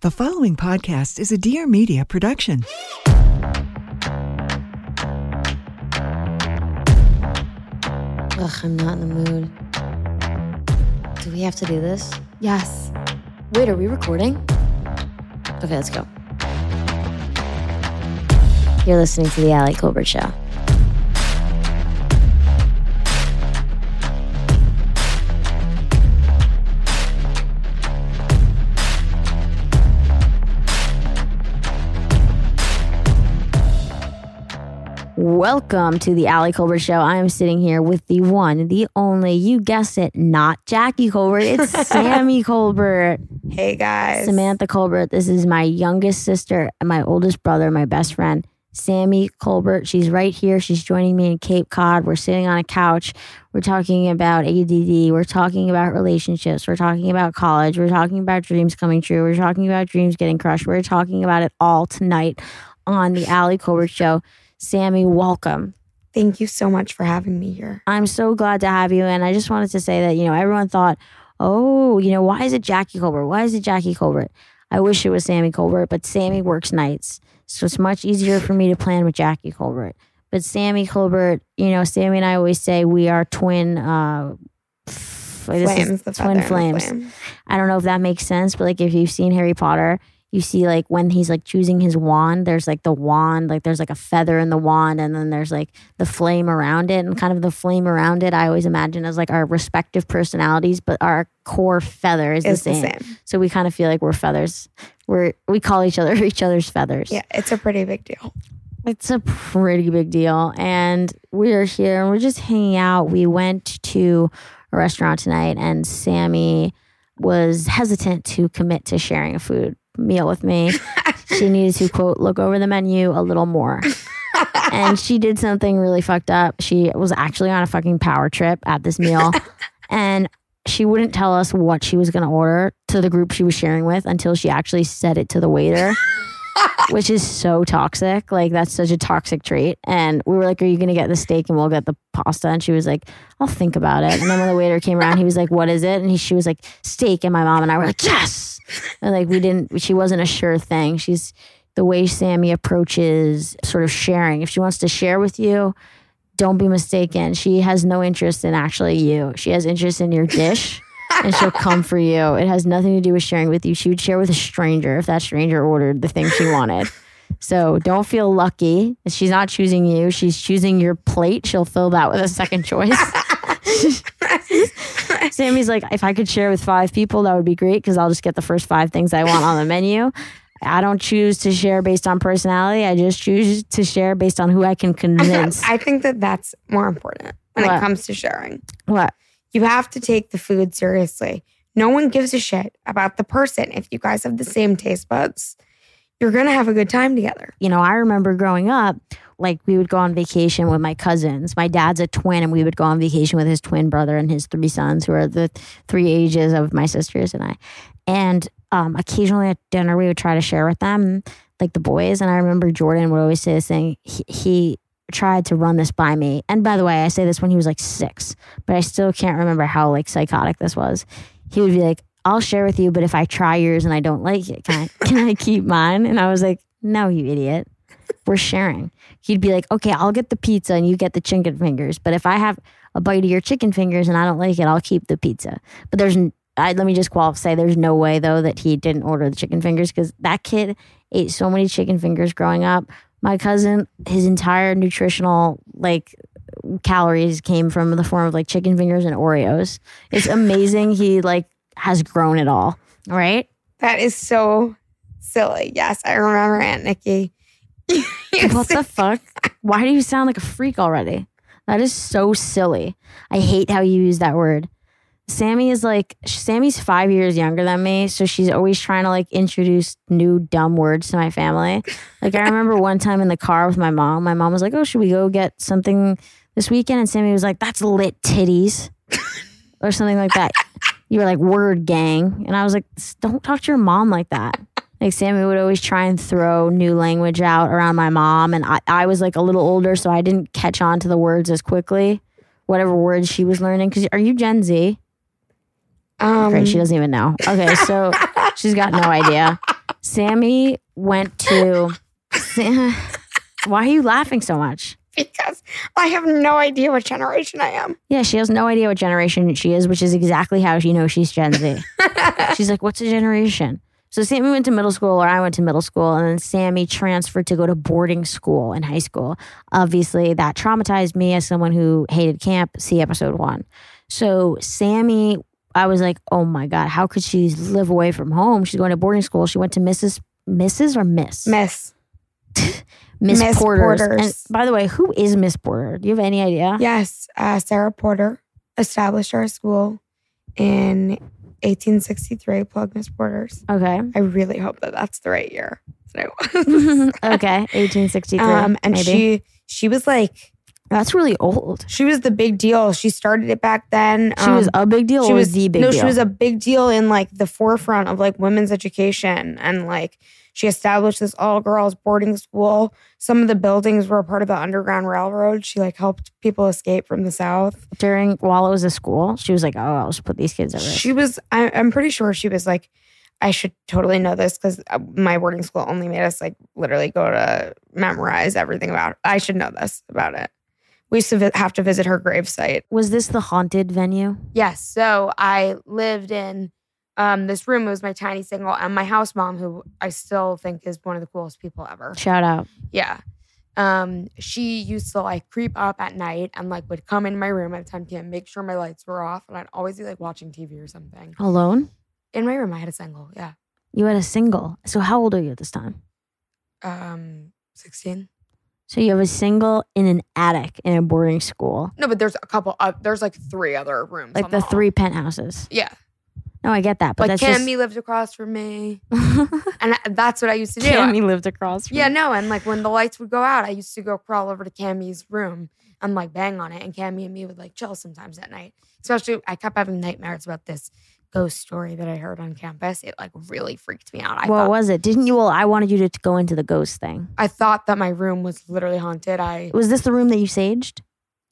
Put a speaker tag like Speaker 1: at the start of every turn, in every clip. Speaker 1: The following podcast is a Dear Media production.
Speaker 2: Ugh, I'm not in the mood. Do we have to do this?
Speaker 3: Yes.
Speaker 2: Wait, are we recording? Okay, let's go. You're listening to The Allie Colbert Show. Welcome to the Allie Colbert Show. I am sitting here with the one, the only, you guessed it, not Jackie Colbert. It's Sammy Colbert,
Speaker 3: Hey guys.
Speaker 2: Samantha Colbert. This is my youngest sister, and my oldest brother, my best friend, Sammy Colbert. She's right here. She's joining me in Cape Cod. We're sitting on a couch. We're talking about ADD. We're talking about relationships. We're talking about college. We're talking about dreams coming true. We're talking about dreams getting crushed. We're talking about it all tonight on the Allie Colbert Show. Sammy, welcome.
Speaker 3: Thank you so much for having me here.
Speaker 2: I'm so glad to have you. And I just wanted to say that, you know, everyone thought, oh, you know, why is it Jackie Colbert? Why is it Jackie Colbert? I wish it was Sammy Colbert, but Sammy works nights. So it's much easier for me to plan with Jackie Colbert. But Sammy Colbert, you know, Sammy and I always say we are twin. Uh, f- this is
Speaker 3: flames, the
Speaker 2: twin
Speaker 3: feather and the
Speaker 2: flames.
Speaker 3: flame.
Speaker 2: I don't know if that makes sense, but like if you've seen Harry Potter, you see like when he's like choosing his wand, there's like the wand, like there's like a feather in the wand, and then there's like the flame around it. And kind of the flame around it, I always imagine as like our respective personalities, but our core feather is
Speaker 3: It's
Speaker 2: the, same. So we kind of feel like we're feathers. We're, we call each other each other's feathers.
Speaker 3: Yeah, it's a pretty big deal.
Speaker 2: It's a pretty big deal. And we're here and we're just hanging out. We went to a restaurant tonight and Sammy was hesitant to commit to sharing a food meal with me. she needed to, quote, look over the menu a little more. and she did something really fucked up. She was actually on a fucking power trip at this meal. and she wouldn't tell us what she was going to order to the group she was sharing with until she actually said it to the waiter which is so toxic. Like that's such a toxic trait. And we were like, "Are you gonna get the steak and we'll get the pasta?" And she was like, "I'll think about it." And then when the waiter came around, he was like, "What is it?" And he, she was like, "Steak." And my mom and I were like, "Yes!" And like we didn't. She wasn't a sure thing. She's the way Sammy approaches sort of sharing. If she wants to share with you. Don't be mistaken. She has no interest in actually you. She has interest in your dish and she'll come for you. It has nothing to do with sharing with you. She would share with a stranger if that stranger ordered the thing she wanted. So don't feel lucky. She's not choosing you. She's choosing your plate. She'll fill that with a second choice. Sammy's like, if I could share with five people, that would be great because I'll just get the first five things I want on the menu. I don't choose to share based on personality. I just choose to share based on who I can convince.
Speaker 3: I think that that's more important when
Speaker 2: What?
Speaker 3: it comes to sharing.
Speaker 2: what?
Speaker 3: You have to take the food seriously. No one gives a shit about the person. If you guys have the same taste buds, you're going to have a good time together.
Speaker 2: you know, I remember growing up, like we would go on vacation with my cousins. My dad's a twin, and we would go on vacation with his twin brother and his three sons, who are the three ages of my sisters and I. And um, occasionally at dinner, we would try to share with them, like the boys. And I remember Jordan would always say this thing. He, he tried to run this by me. And by the way, I say this when he was like six, but I still can't remember how like psychotic this was. He would be like, I'll share with you, but if I try yours and I don't like it, can I, can I keep mine? And I was like, no, you idiot. We're sharing. He'd be like, okay, I'll get the pizza and you get the chicken fingers. But if I have a bite of your chicken fingers and I don't like it, I'll keep the pizza. But there's, n I let me just qualify, say there's no way though that he didn't order the chicken fingers because that kid ate so many chicken fingers growing up. My cousin, his entire nutritional like calories came from the form of like chicken fingers and Oreos. It's amazing he like has grown at all, right?
Speaker 3: That is so silly. Yes, I remember Aunt Nikki.
Speaker 2: What the fuck? Why do you sound like a freak already? That is so silly. I hate how you use that word. Sammy is like, Sammy's five years younger than me. So she's always trying to like introduce new dumb words to my family. Like, I remember one time in the car with my mom, my mom was like, Oh, should we go get something this weekend? And Sammy was like, That's lit titties or something like that. You were like, Word gang. And I was like, "S- Don't talk to your mom like that. Like Sammy would always try and throw new language out around my mom, and I, I was like a little older, so I didn't catch on to the words as quickly. Whatever words she was learning, because are you Gen Z?
Speaker 3: Um,
Speaker 2: Great, she doesn't even know. Okay, so she's got no idea. Sammy went to. Sa- Why are you laughing so much?
Speaker 3: because I have no idea what generation I am.
Speaker 2: Yeah, she has no idea what generation she is, which is exactly how she knows she's Gen Z. She's like, what's a generation? So Sammy went to middle school, or I went to middle school, and then Sammy transferred to go to boarding school in high school. Obviously, that traumatized me as someone who hated camp. See episode one. So Sammy, I was like, oh my god, how could she live away from home? She's going to boarding school. She went to Mrs. Mrs. or Miss
Speaker 3: Miss.
Speaker 2: Miss,
Speaker 3: Miss
Speaker 2: Porter's.
Speaker 3: Porter's.
Speaker 2: And by the way, who is Miss Porter? Do you have any idea?
Speaker 3: Yes, uh, Sarah Porter established our school in 1863. Plug Miss Porter's.
Speaker 2: Okay.
Speaker 3: I really hope that that's the right year. that I was.
Speaker 2: okay, 1863.
Speaker 3: um, and
Speaker 2: maybe.
Speaker 3: she she was like
Speaker 2: that's really old.
Speaker 3: she was the big deal. She started it back then.
Speaker 2: She was
Speaker 3: Um,
Speaker 2: a big deal.
Speaker 3: she
Speaker 2: or
Speaker 3: was-
Speaker 2: the big
Speaker 3: no,
Speaker 2: deal.
Speaker 3: she was a big deal in like the forefront of like women's education and like she established this all girls boarding school. Some of the buildings were a part of the Underground Railroad. She like helped people escape from the South.
Speaker 2: during while it was a school. She was like, "Oh, I'll just put these kids at risk."
Speaker 3: She was, I, I'm pretty sure she was like, I should totally know this because my boarding school only made us like literally go to memorize everything about I should know this about it. We used to vi- have to visit her gravesite
Speaker 2: was this the haunted venue?
Speaker 3: Yes. So I lived in um, this room. It was my tiny single, and my house mom, who I still think is one of the coolest people ever.
Speaker 2: Shout out.
Speaker 3: Yeah. Um, she used to like creep up at night and like would come in my room at 10 p.m., make sure my lights were off, and I'd always be like watching TV or something.
Speaker 2: Alone?
Speaker 3: In my room, I had a single. Yeah.
Speaker 2: You had a single. So how old are you at this time?
Speaker 3: Um, 16.
Speaker 2: So you have a single in an attic in a boarding school,
Speaker 3: No, but there's a couple. Of, there's like three other rooms.
Speaker 2: like
Speaker 3: on
Speaker 2: the
Speaker 3: hall.
Speaker 2: three penthouses.
Speaker 3: Yeah.
Speaker 2: No, I get that, but
Speaker 3: like
Speaker 2: that's just
Speaker 3: Cammy lived across from me,
Speaker 2: Cammy
Speaker 3: and I, that's what I used to do.
Speaker 2: lived across. From
Speaker 3: Yeah, no, and like when the lights would go out, I used to go crawl over to Cammy's room and like bang on it, and Cammy and me would like chill sometimes at night. Especially, I kept having nightmares about this ghost story that I heard on campus. It like really freaked me out. I
Speaker 2: What
Speaker 3: thought
Speaker 2: was it? Didn't you? Well, I wanted you to t- go into the ghost thing.
Speaker 3: I thought that my room was literally haunted. I
Speaker 2: Was this the room that you saged?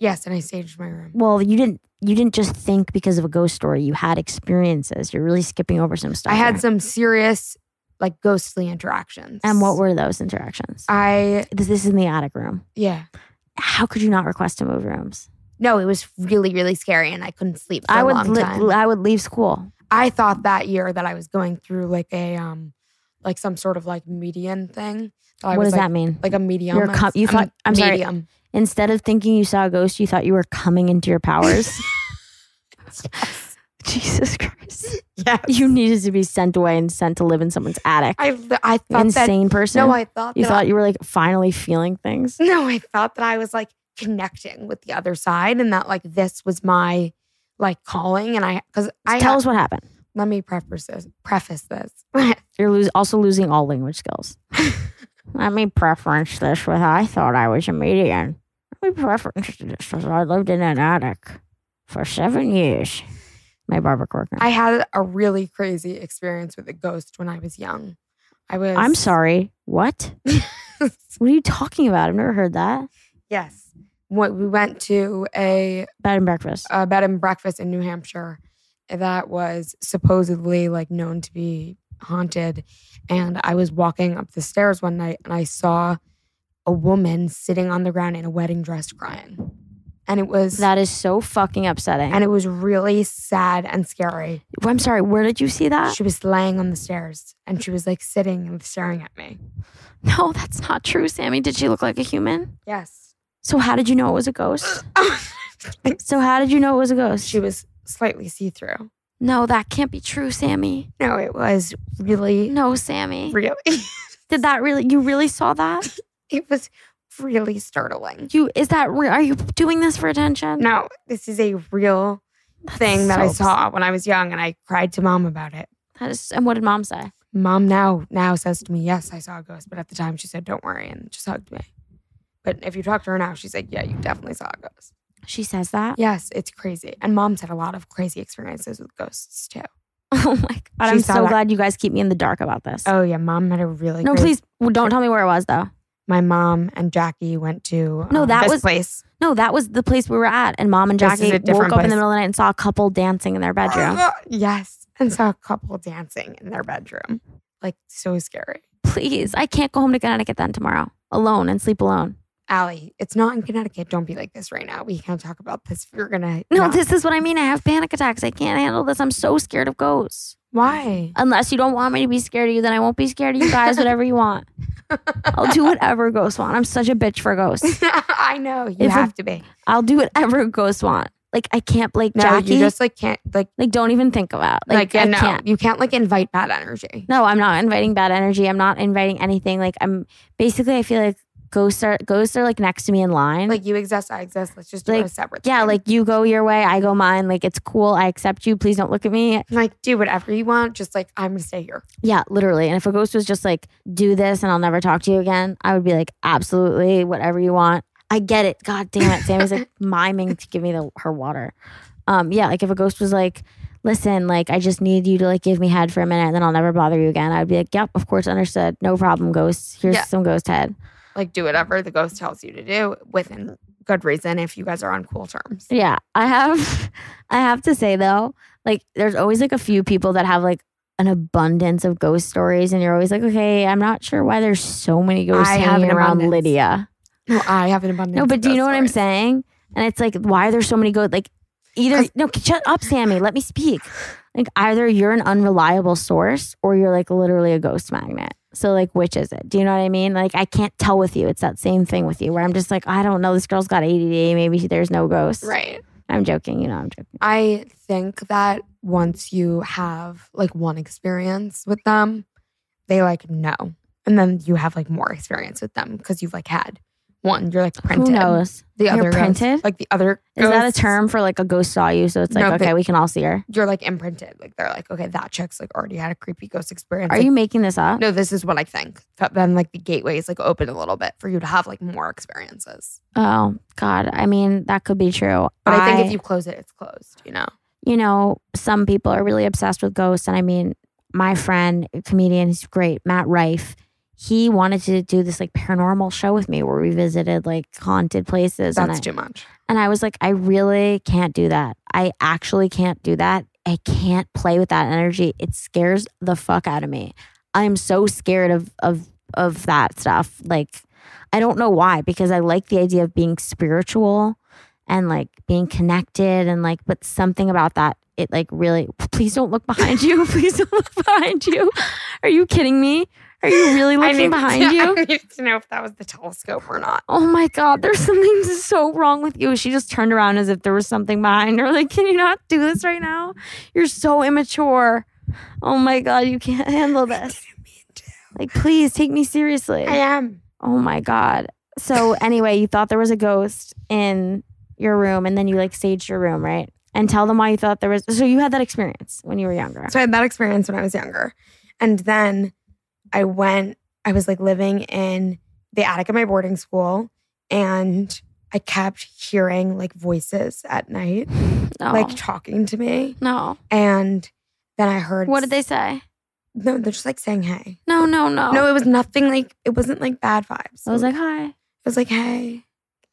Speaker 3: yes, and I staged my room.
Speaker 2: Well, you didn't. You didn't just think because of a ghost story. You had experiences. You're really skipping over some stuff.
Speaker 3: I had
Speaker 2: here.
Speaker 3: some serious like ghostly interactions.
Speaker 2: And what were those interactions?
Speaker 3: I?
Speaker 2: this, this is in the attic room.
Speaker 3: Yeah,
Speaker 2: How could you not request to move rooms?
Speaker 3: no, it was really really scary, and I couldn't sleep. For
Speaker 2: I
Speaker 3: a
Speaker 2: would.
Speaker 3: long
Speaker 2: li-
Speaker 3: time.
Speaker 2: I would leave school.
Speaker 3: I thought that year that I was going through like a um like some sort of like median thing. So I
Speaker 2: what
Speaker 3: was
Speaker 2: does
Speaker 3: like,
Speaker 2: that mean?
Speaker 3: Like a medium.
Speaker 2: You're com- you thought- I'm sorry.
Speaker 3: medium.
Speaker 2: Instead of thinking you saw a ghost, you thought you were coming into your powers.
Speaker 3: Yes.
Speaker 2: Jesus Christ!
Speaker 3: Yes.
Speaker 2: You needed to be sent away and sent to live in someone's attic.
Speaker 3: I li- I
Speaker 2: You
Speaker 3: thought that
Speaker 2: Insane person.
Speaker 3: no, I thought
Speaker 2: you
Speaker 3: that
Speaker 2: thought you were like finally feeling things.
Speaker 3: I, no, I thought that I was like connecting with the other side, and that like this was my like calling, and I because I
Speaker 2: Tell
Speaker 3: ha-
Speaker 2: us what happened.
Speaker 3: let me preface this. Preface this.
Speaker 2: You're lose, also losing all language skills. Let me preference this with I thought I was a median. Let me preference this with I lived in an attic for seven years. My Barbara Corcoran.
Speaker 3: I had a really crazy experience with a ghost when I was young. I was.
Speaker 2: I'm sorry. What? What are you talking about? I've never heard that.
Speaker 3: yes. What we went to a
Speaker 2: Bed and breakfast.
Speaker 3: a bed and breakfast in New Hampshire that was supposedly like known to be haunted. And I was walking up the stairs one night and I saw a woman sitting on the ground in a wedding dress crying. And it was
Speaker 2: that is so fucking upsetting.
Speaker 3: and it was really sad and scary.
Speaker 2: I'm sorry. Where did you see that?
Speaker 3: She was laying on the stairs and she was like sitting and staring at me.
Speaker 2: No, that's not true, Sammy. Did she look like a human?
Speaker 3: Yes.
Speaker 2: So how did you know it was a ghost? So how did you know it was a ghost?
Speaker 3: she was slightly see-through.
Speaker 2: no, that can't be true, Sammy.
Speaker 3: No, it was really
Speaker 2: No, Sammy.
Speaker 3: really
Speaker 2: Did that really? You really saw that?
Speaker 3: it was really startling.
Speaker 2: You is that? Re- are you doing this for attention?
Speaker 3: No, this is a real thing that I
Speaker 2: so
Speaker 3: saw when I was young and I cried to mom about it.
Speaker 2: That is. And what did mom say?
Speaker 3: Mom now now says to me, "Yes, I saw a ghost," but at the time she said, "Don't worry," and just hugged me. But if you talk to her now, she's like, "Yeah, you definitely saw a ghost."
Speaker 2: She says that.
Speaker 3: Yes, it's crazy. And mom's had a lot of crazy experiences with ghosts too.
Speaker 2: Oh my god!
Speaker 3: She
Speaker 2: I'm
Speaker 3: saw
Speaker 2: so
Speaker 3: that.
Speaker 2: glad you guys keep me in the dark about this.
Speaker 3: Oh yeah, mom had a really
Speaker 2: no,
Speaker 3: crazy-
Speaker 2: please well, don't tell me where it was though.
Speaker 3: My mom and Jackie went to
Speaker 2: No,
Speaker 3: um,
Speaker 2: that
Speaker 3: this
Speaker 2: was-
Speaker 3: place.
Speaker 2: No, that was the place we were at, and mom and
Speaker 3: This is
Speaker 2: Jackie
Speaker 3: a
Speaker 2: woke
Speaker 3: different
Speaker 2: up in
Speaker 3: place.
Speaker 2: the middle of the night and
Speaker 3: Uh,
Speaker 2: saw a couple dancing in their bedroom.
Speaker 3: yes, and saw a couple dancing in their bedroom. Like so scary.
Speaker 2: Please, I can't go home to Connecticut then tomorrow alone and sleep alone.
Speaker 3: Allie, it's not in Connecticut. Don't be like this right now. We can't talk about this. We're gonna
Speaker 2: No,
Speaker 3: not-
Speaker 2: this is what I mean. I have panic attacks. I can't handle this. I'm so scared of ghosts.
Speaker 3: why?
Speaker 2: Unless you don't want me to be scared of you, then I won't be scared of you guys, whatever you want. I'll do whatever ghosts want. I'm such a bitch for ghosts.
Speaker 3: I know you
Speaker 2: If a-
Speaker 3: have to be.
Speaker 2: I'll do whatever ghosts want. Like I can't like
Speaker 3: No,
Speaker 2: Jackie.
Speaker 3: you just like can't like
Speaker 2: like don't even think about. Like,
Speaker 3: like, yeah,
Speaker 2: I
Speaker 3: no,
Speaker 2: can't.
Speaker 3: you can't like invite bad energy.
Speaker 2: No, I'm not inviting bad energy. I'm not inviting anything. Like I'm basically I feel like ghosts are ghosts are like next to me in line.
Speaker 3: Like you exist, I exist. Let's just do
Speaker 2: Like,
Speaker 3: it a separate.
Speaker 2: yeah,
Speaker 3: thing.
Speaker 2: like you go your way, I go mine. Like it's cool. I accept you. Please don't look at me.
Speaker 3: like do whatever you want. Just like I'm gonna stay here.
Speaker 2: Yeah, literally. And if a ghost was just like, do this and I'll never talk to you again, I would be like, absolutely, whatever you want. I get it. God damn it. Sammy's like miming to give me the, her water. Um, yeah, like if a ghost was like, listen, like I just need you to like give me head for a minute and then I'll never bother you again, I'd be like, yep, of course, understood. No problem, ghost. Here's
Speaker 3: Yeah.
Speaker 2: some ghost head.
Speaker 3: Like do whatever the ghost tells you to do within good reason if you guys are on cool terms.
Speaker 2: Yeah, I have, I have to say though, like there's always like a few people that have like an abundance of ghost stories, and you're always like, okay, I'm not sure why there's so many ghosts
Speaker 3: I have
Speaker 2: hanging
Speaker 3: an
Speaker 2: around
Speaker 3: abundance.
Speaker 2: Lydia.
Speaker 3: No, I have an abundance.
Speaker 2: No,
Speaker 3: of
Speaker 2: but do you
Speaker 3: ghost
Speaker 2: know what I'm
Speaker 3: stories.
Speaker 2: saying? And it's like, why are there so many ghosts? Like, either
Speaker 3: 'Cause-
Speaker 2: no, shut up, Sammy. Let me speak. Like, either you're an unreliable source, or you're like literally a ghost magnet. So, like, which is it? Do you know what I mean? Like, I can't tell with you. It's that same thing with you, where I'm just like, I don't know. This girl's got ADD. Maybe she- there's no ghosts.
Speaker 3: Right.
Speaker 2: I'm joking. You know, I'm joking.
Speaker 3: I think that once you have like one experience with them, they like know. And then you have like more experience with them because you've like had one. You're like printed.
Speaker 2: Who knows?
Speaker 3: The
Speaker 2: You're
Speaker 3: other ghost-
Speaker 2: printed?
Speaker 3: like the other
Speaker 2: Is that a
Speaker 3: ghosts,
Speaker 2: term for like a ghost saw you? So it's like,
Speaker 3: No, but-
Speaker 2: okay, we can all see her.
Speaker 3: You're like imprinted. Like they're like, okay, that chick's like already had a creepy ghost experience.
Speaker 2: Are
Speaker 3: Like,
Speaker 2: you making this up?
Speaker 3: No, this is what I think. But then like the gateways like open a little bit for you to have like more experiences.
Speaker 2: Oh God. I mean, that could be true.
Speaker 3: But I, think if you close it, it's closed, you know?
Speaker 2: you know, some people are really obsessed with ghosts. And I mean, my friend, a comedian, he's great, Matt Rife, he wanted to do this like paranormal show with me where we visited like haunted places. and I,
Speaker 3: That's too much.
Speaker 2: and I was like, I really can't do that. I actually can't do that. I can't play with that energy. It scares the fuck out of me. I'm so scared of of of that stuff. Like I don't know why because I like the idea of being spiritual and like being connected and like but something about that it like really please don't look behind you. Please don't look behind you. Are you kidding me? Are you really looking behind you?
Speaker 3: I needed to know if that was the telescope or not.
Speaker 2: Oh my God, there's something so wrong with you. She just turned around as if there was something behind her. Like, can you not do this right now? You're so immature. Oh my God, you can't handle this. Like, please take me seriously.
Speaker 3: I am.
Speaker 2: Oh my God. So, anyway, you thought there was a ghost in your room and then you like saged your room, right? And tell them why you thought there was. So, you had that experience when you were younger.
Speaker 3: So I had that experience when I was younger. And then I went, I was like living in the attic of my boarding school and I kept hearing like voices at night,
Speaker 2: No.
Speaker 3: like talking to me.
Speaker 2: no.
Speaker 3: And then I heard
Speaker 2: What did they say?
Speaker 3: No, they're just like saying hey.
Speaker 2: No, no, no.
Speaker 3: No, it was nothing like it wasn't like bad vibes.
Speaker 2: I was like, hi.
Speaker 3: it was like hey.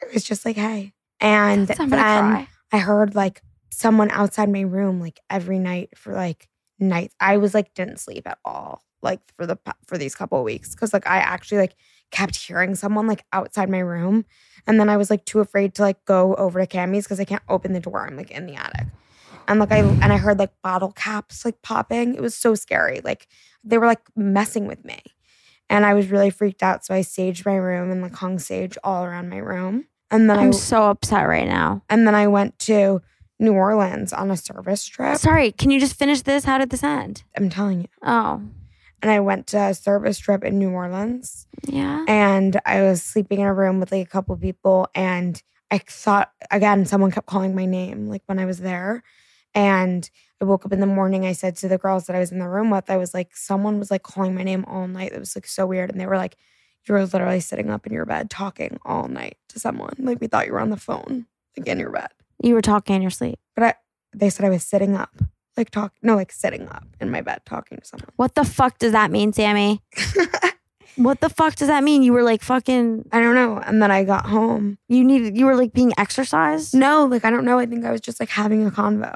Speaker 3: It was just like hey. And
Speaker 2: It's time
Speaker 3: then
Speaker 2: to cry.
Speaker 3: I heard like someone outside my room like every night for like nights. I was like didn't sleep at all like for the pa- for these couple of weeks cuz like I actually like kept hearing someone like outside my room and then I was like too afraid to like go over to Cammy's cuz I can't open the door. I'm like in the attic. And like I and I heard like bottle caps like popping. It was so scary. Like they were like messing with me. And I was really freaked out so I saged my room and like hung sage all around my room. And then I
Speaker 2: I'm so upset right now.
Speaker 3: and then I went to New Orleans on a service trip.
Speaker 2: Sorry, can you just finish this? How did this end?
Speaker 3: I'm telling you.
Speaker 2: Oh,
Speaker 3: And I went to a service trip in New Orleans
Speaker 2: yeah.
Speaker 3: and I was sleeping in a room with like a couple people and I thought again someone kept calling my name like when I was there and I woke up in the morning I said to the girls that I was in the room with I was like someone was like calling my name all night it was like so weird and they were like you were literally sitting up in your bed talking all night to someone like we thought you were on the phone like in your bed
Speaker 2: You were talking in your sleep.
Speaker 3: But I, they said I was sitting up, like talk, no, like sitting up in my bed talking to someone.
Speaker 2: What the fuck does that mean, Sammy? What the fuck does that mean? You were like fucking.
Speaker 3: I don't know. And then I got home.
Speaker 2: You needed. You were like being exercised.
Speaker 3: No, like I don't know. I think I was just like having a convo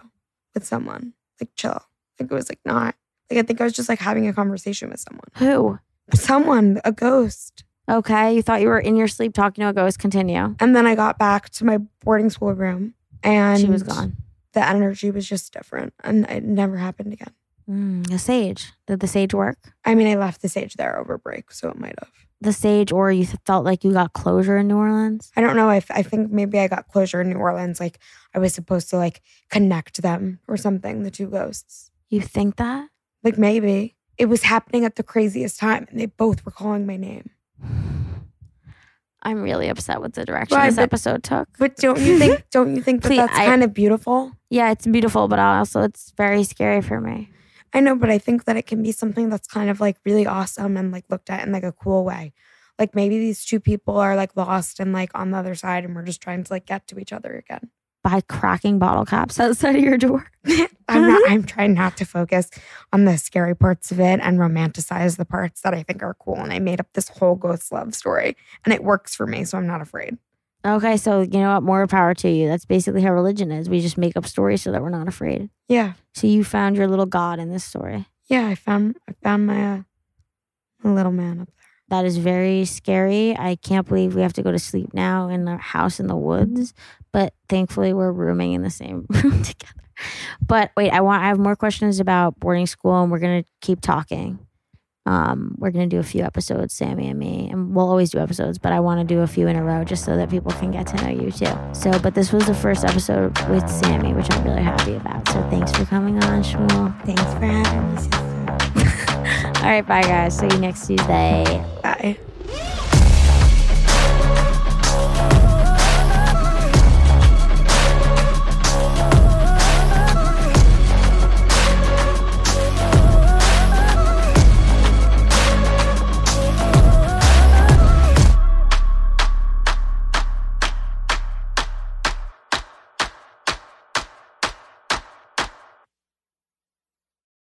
Speaker 3: with someone, like chill. Like it was like not Like I think I was just like having a conversation with someone.
Speaker 2: Who?
Speaker 3: Someone, a ghost.
Speaker 2: Okay, you thought you were in your sleep talking to a ghost. Continue.
Speaker 3: And then I got back to my boarding school room and
Speaker 2: she was gone.
Speaker 3: The energy was just different and it never happened again.
Speaker 2: Mm, the sage. Did the sage work?
Speaker 3: I mean, I left the sage there over break, so it might have.
Speaker 2: The sage, or you th- felt like you got closure in New Orleans?
Speaker 3: I don't know if I think maybe I got closure in New Orleans. Like I was supposed to like connect them or something, the two ghosts.
Speaker 2: You think that?
Speaker 3: Like maybe it was happening at the craziest time and they both were calling my name.
Speaker 2: I'm really upset with the direction
Speaker 3: Right,
Speaker 2: this
Speaker 3: but-
Speaker 2: episode took.
Speaker 3: But don't you think don't you think that
Speaker 2: Please,
Speaker 3: that's
Speaker 2: I-
Speaker 3: kind of beautiful?
Speaker 2: Yeah, it's beautiful, but also it's very scary for me.
Speaker 3: I know, but I think that it can be something that's kind of like really awesome and like looked at in like a cool way. Like maybe these two people are like lost and like on the other side and we're just trying to like get to each other again.
Speaker 2: By cracking bottle caps outside of your door.
Speaker 3: I'm not I'm trying not to focus on the scary parts of it and romanticize the parts that I think are cool. And I made up this whole ghost love story and it works for me, so I'm not afraid.
Speaker 2: Okay, so you know what? More power to you. That's basically how religion is. We just make up stories so that we're not afraid.
Speaker 3: Yeah.
Speaker 2: So you found your little God in this story.
Speaker 3: Yeah, I found I found my uh, my little man up there.
Speaker 2: That is very scary. I can't believe we have to go to sleep now in a house in the woods, but thankfully we're rooming in the same room together. But wait, I want I have more questions about boarding school and we're going to keep talking. Um, we're going to do a few episodes, Sammy and me, and we'll always do episodes, but I want to do a few in a row just so that people can get to know you too. So, but this was the first episode with Sammy, which I'm really happy about. So, thanks for coming on, Shmuel.
Speaker 3: Thanks for having me, sister.
Speaker 2: All right, bye guys. See you next Tuesday.
Speaker 3: Bye.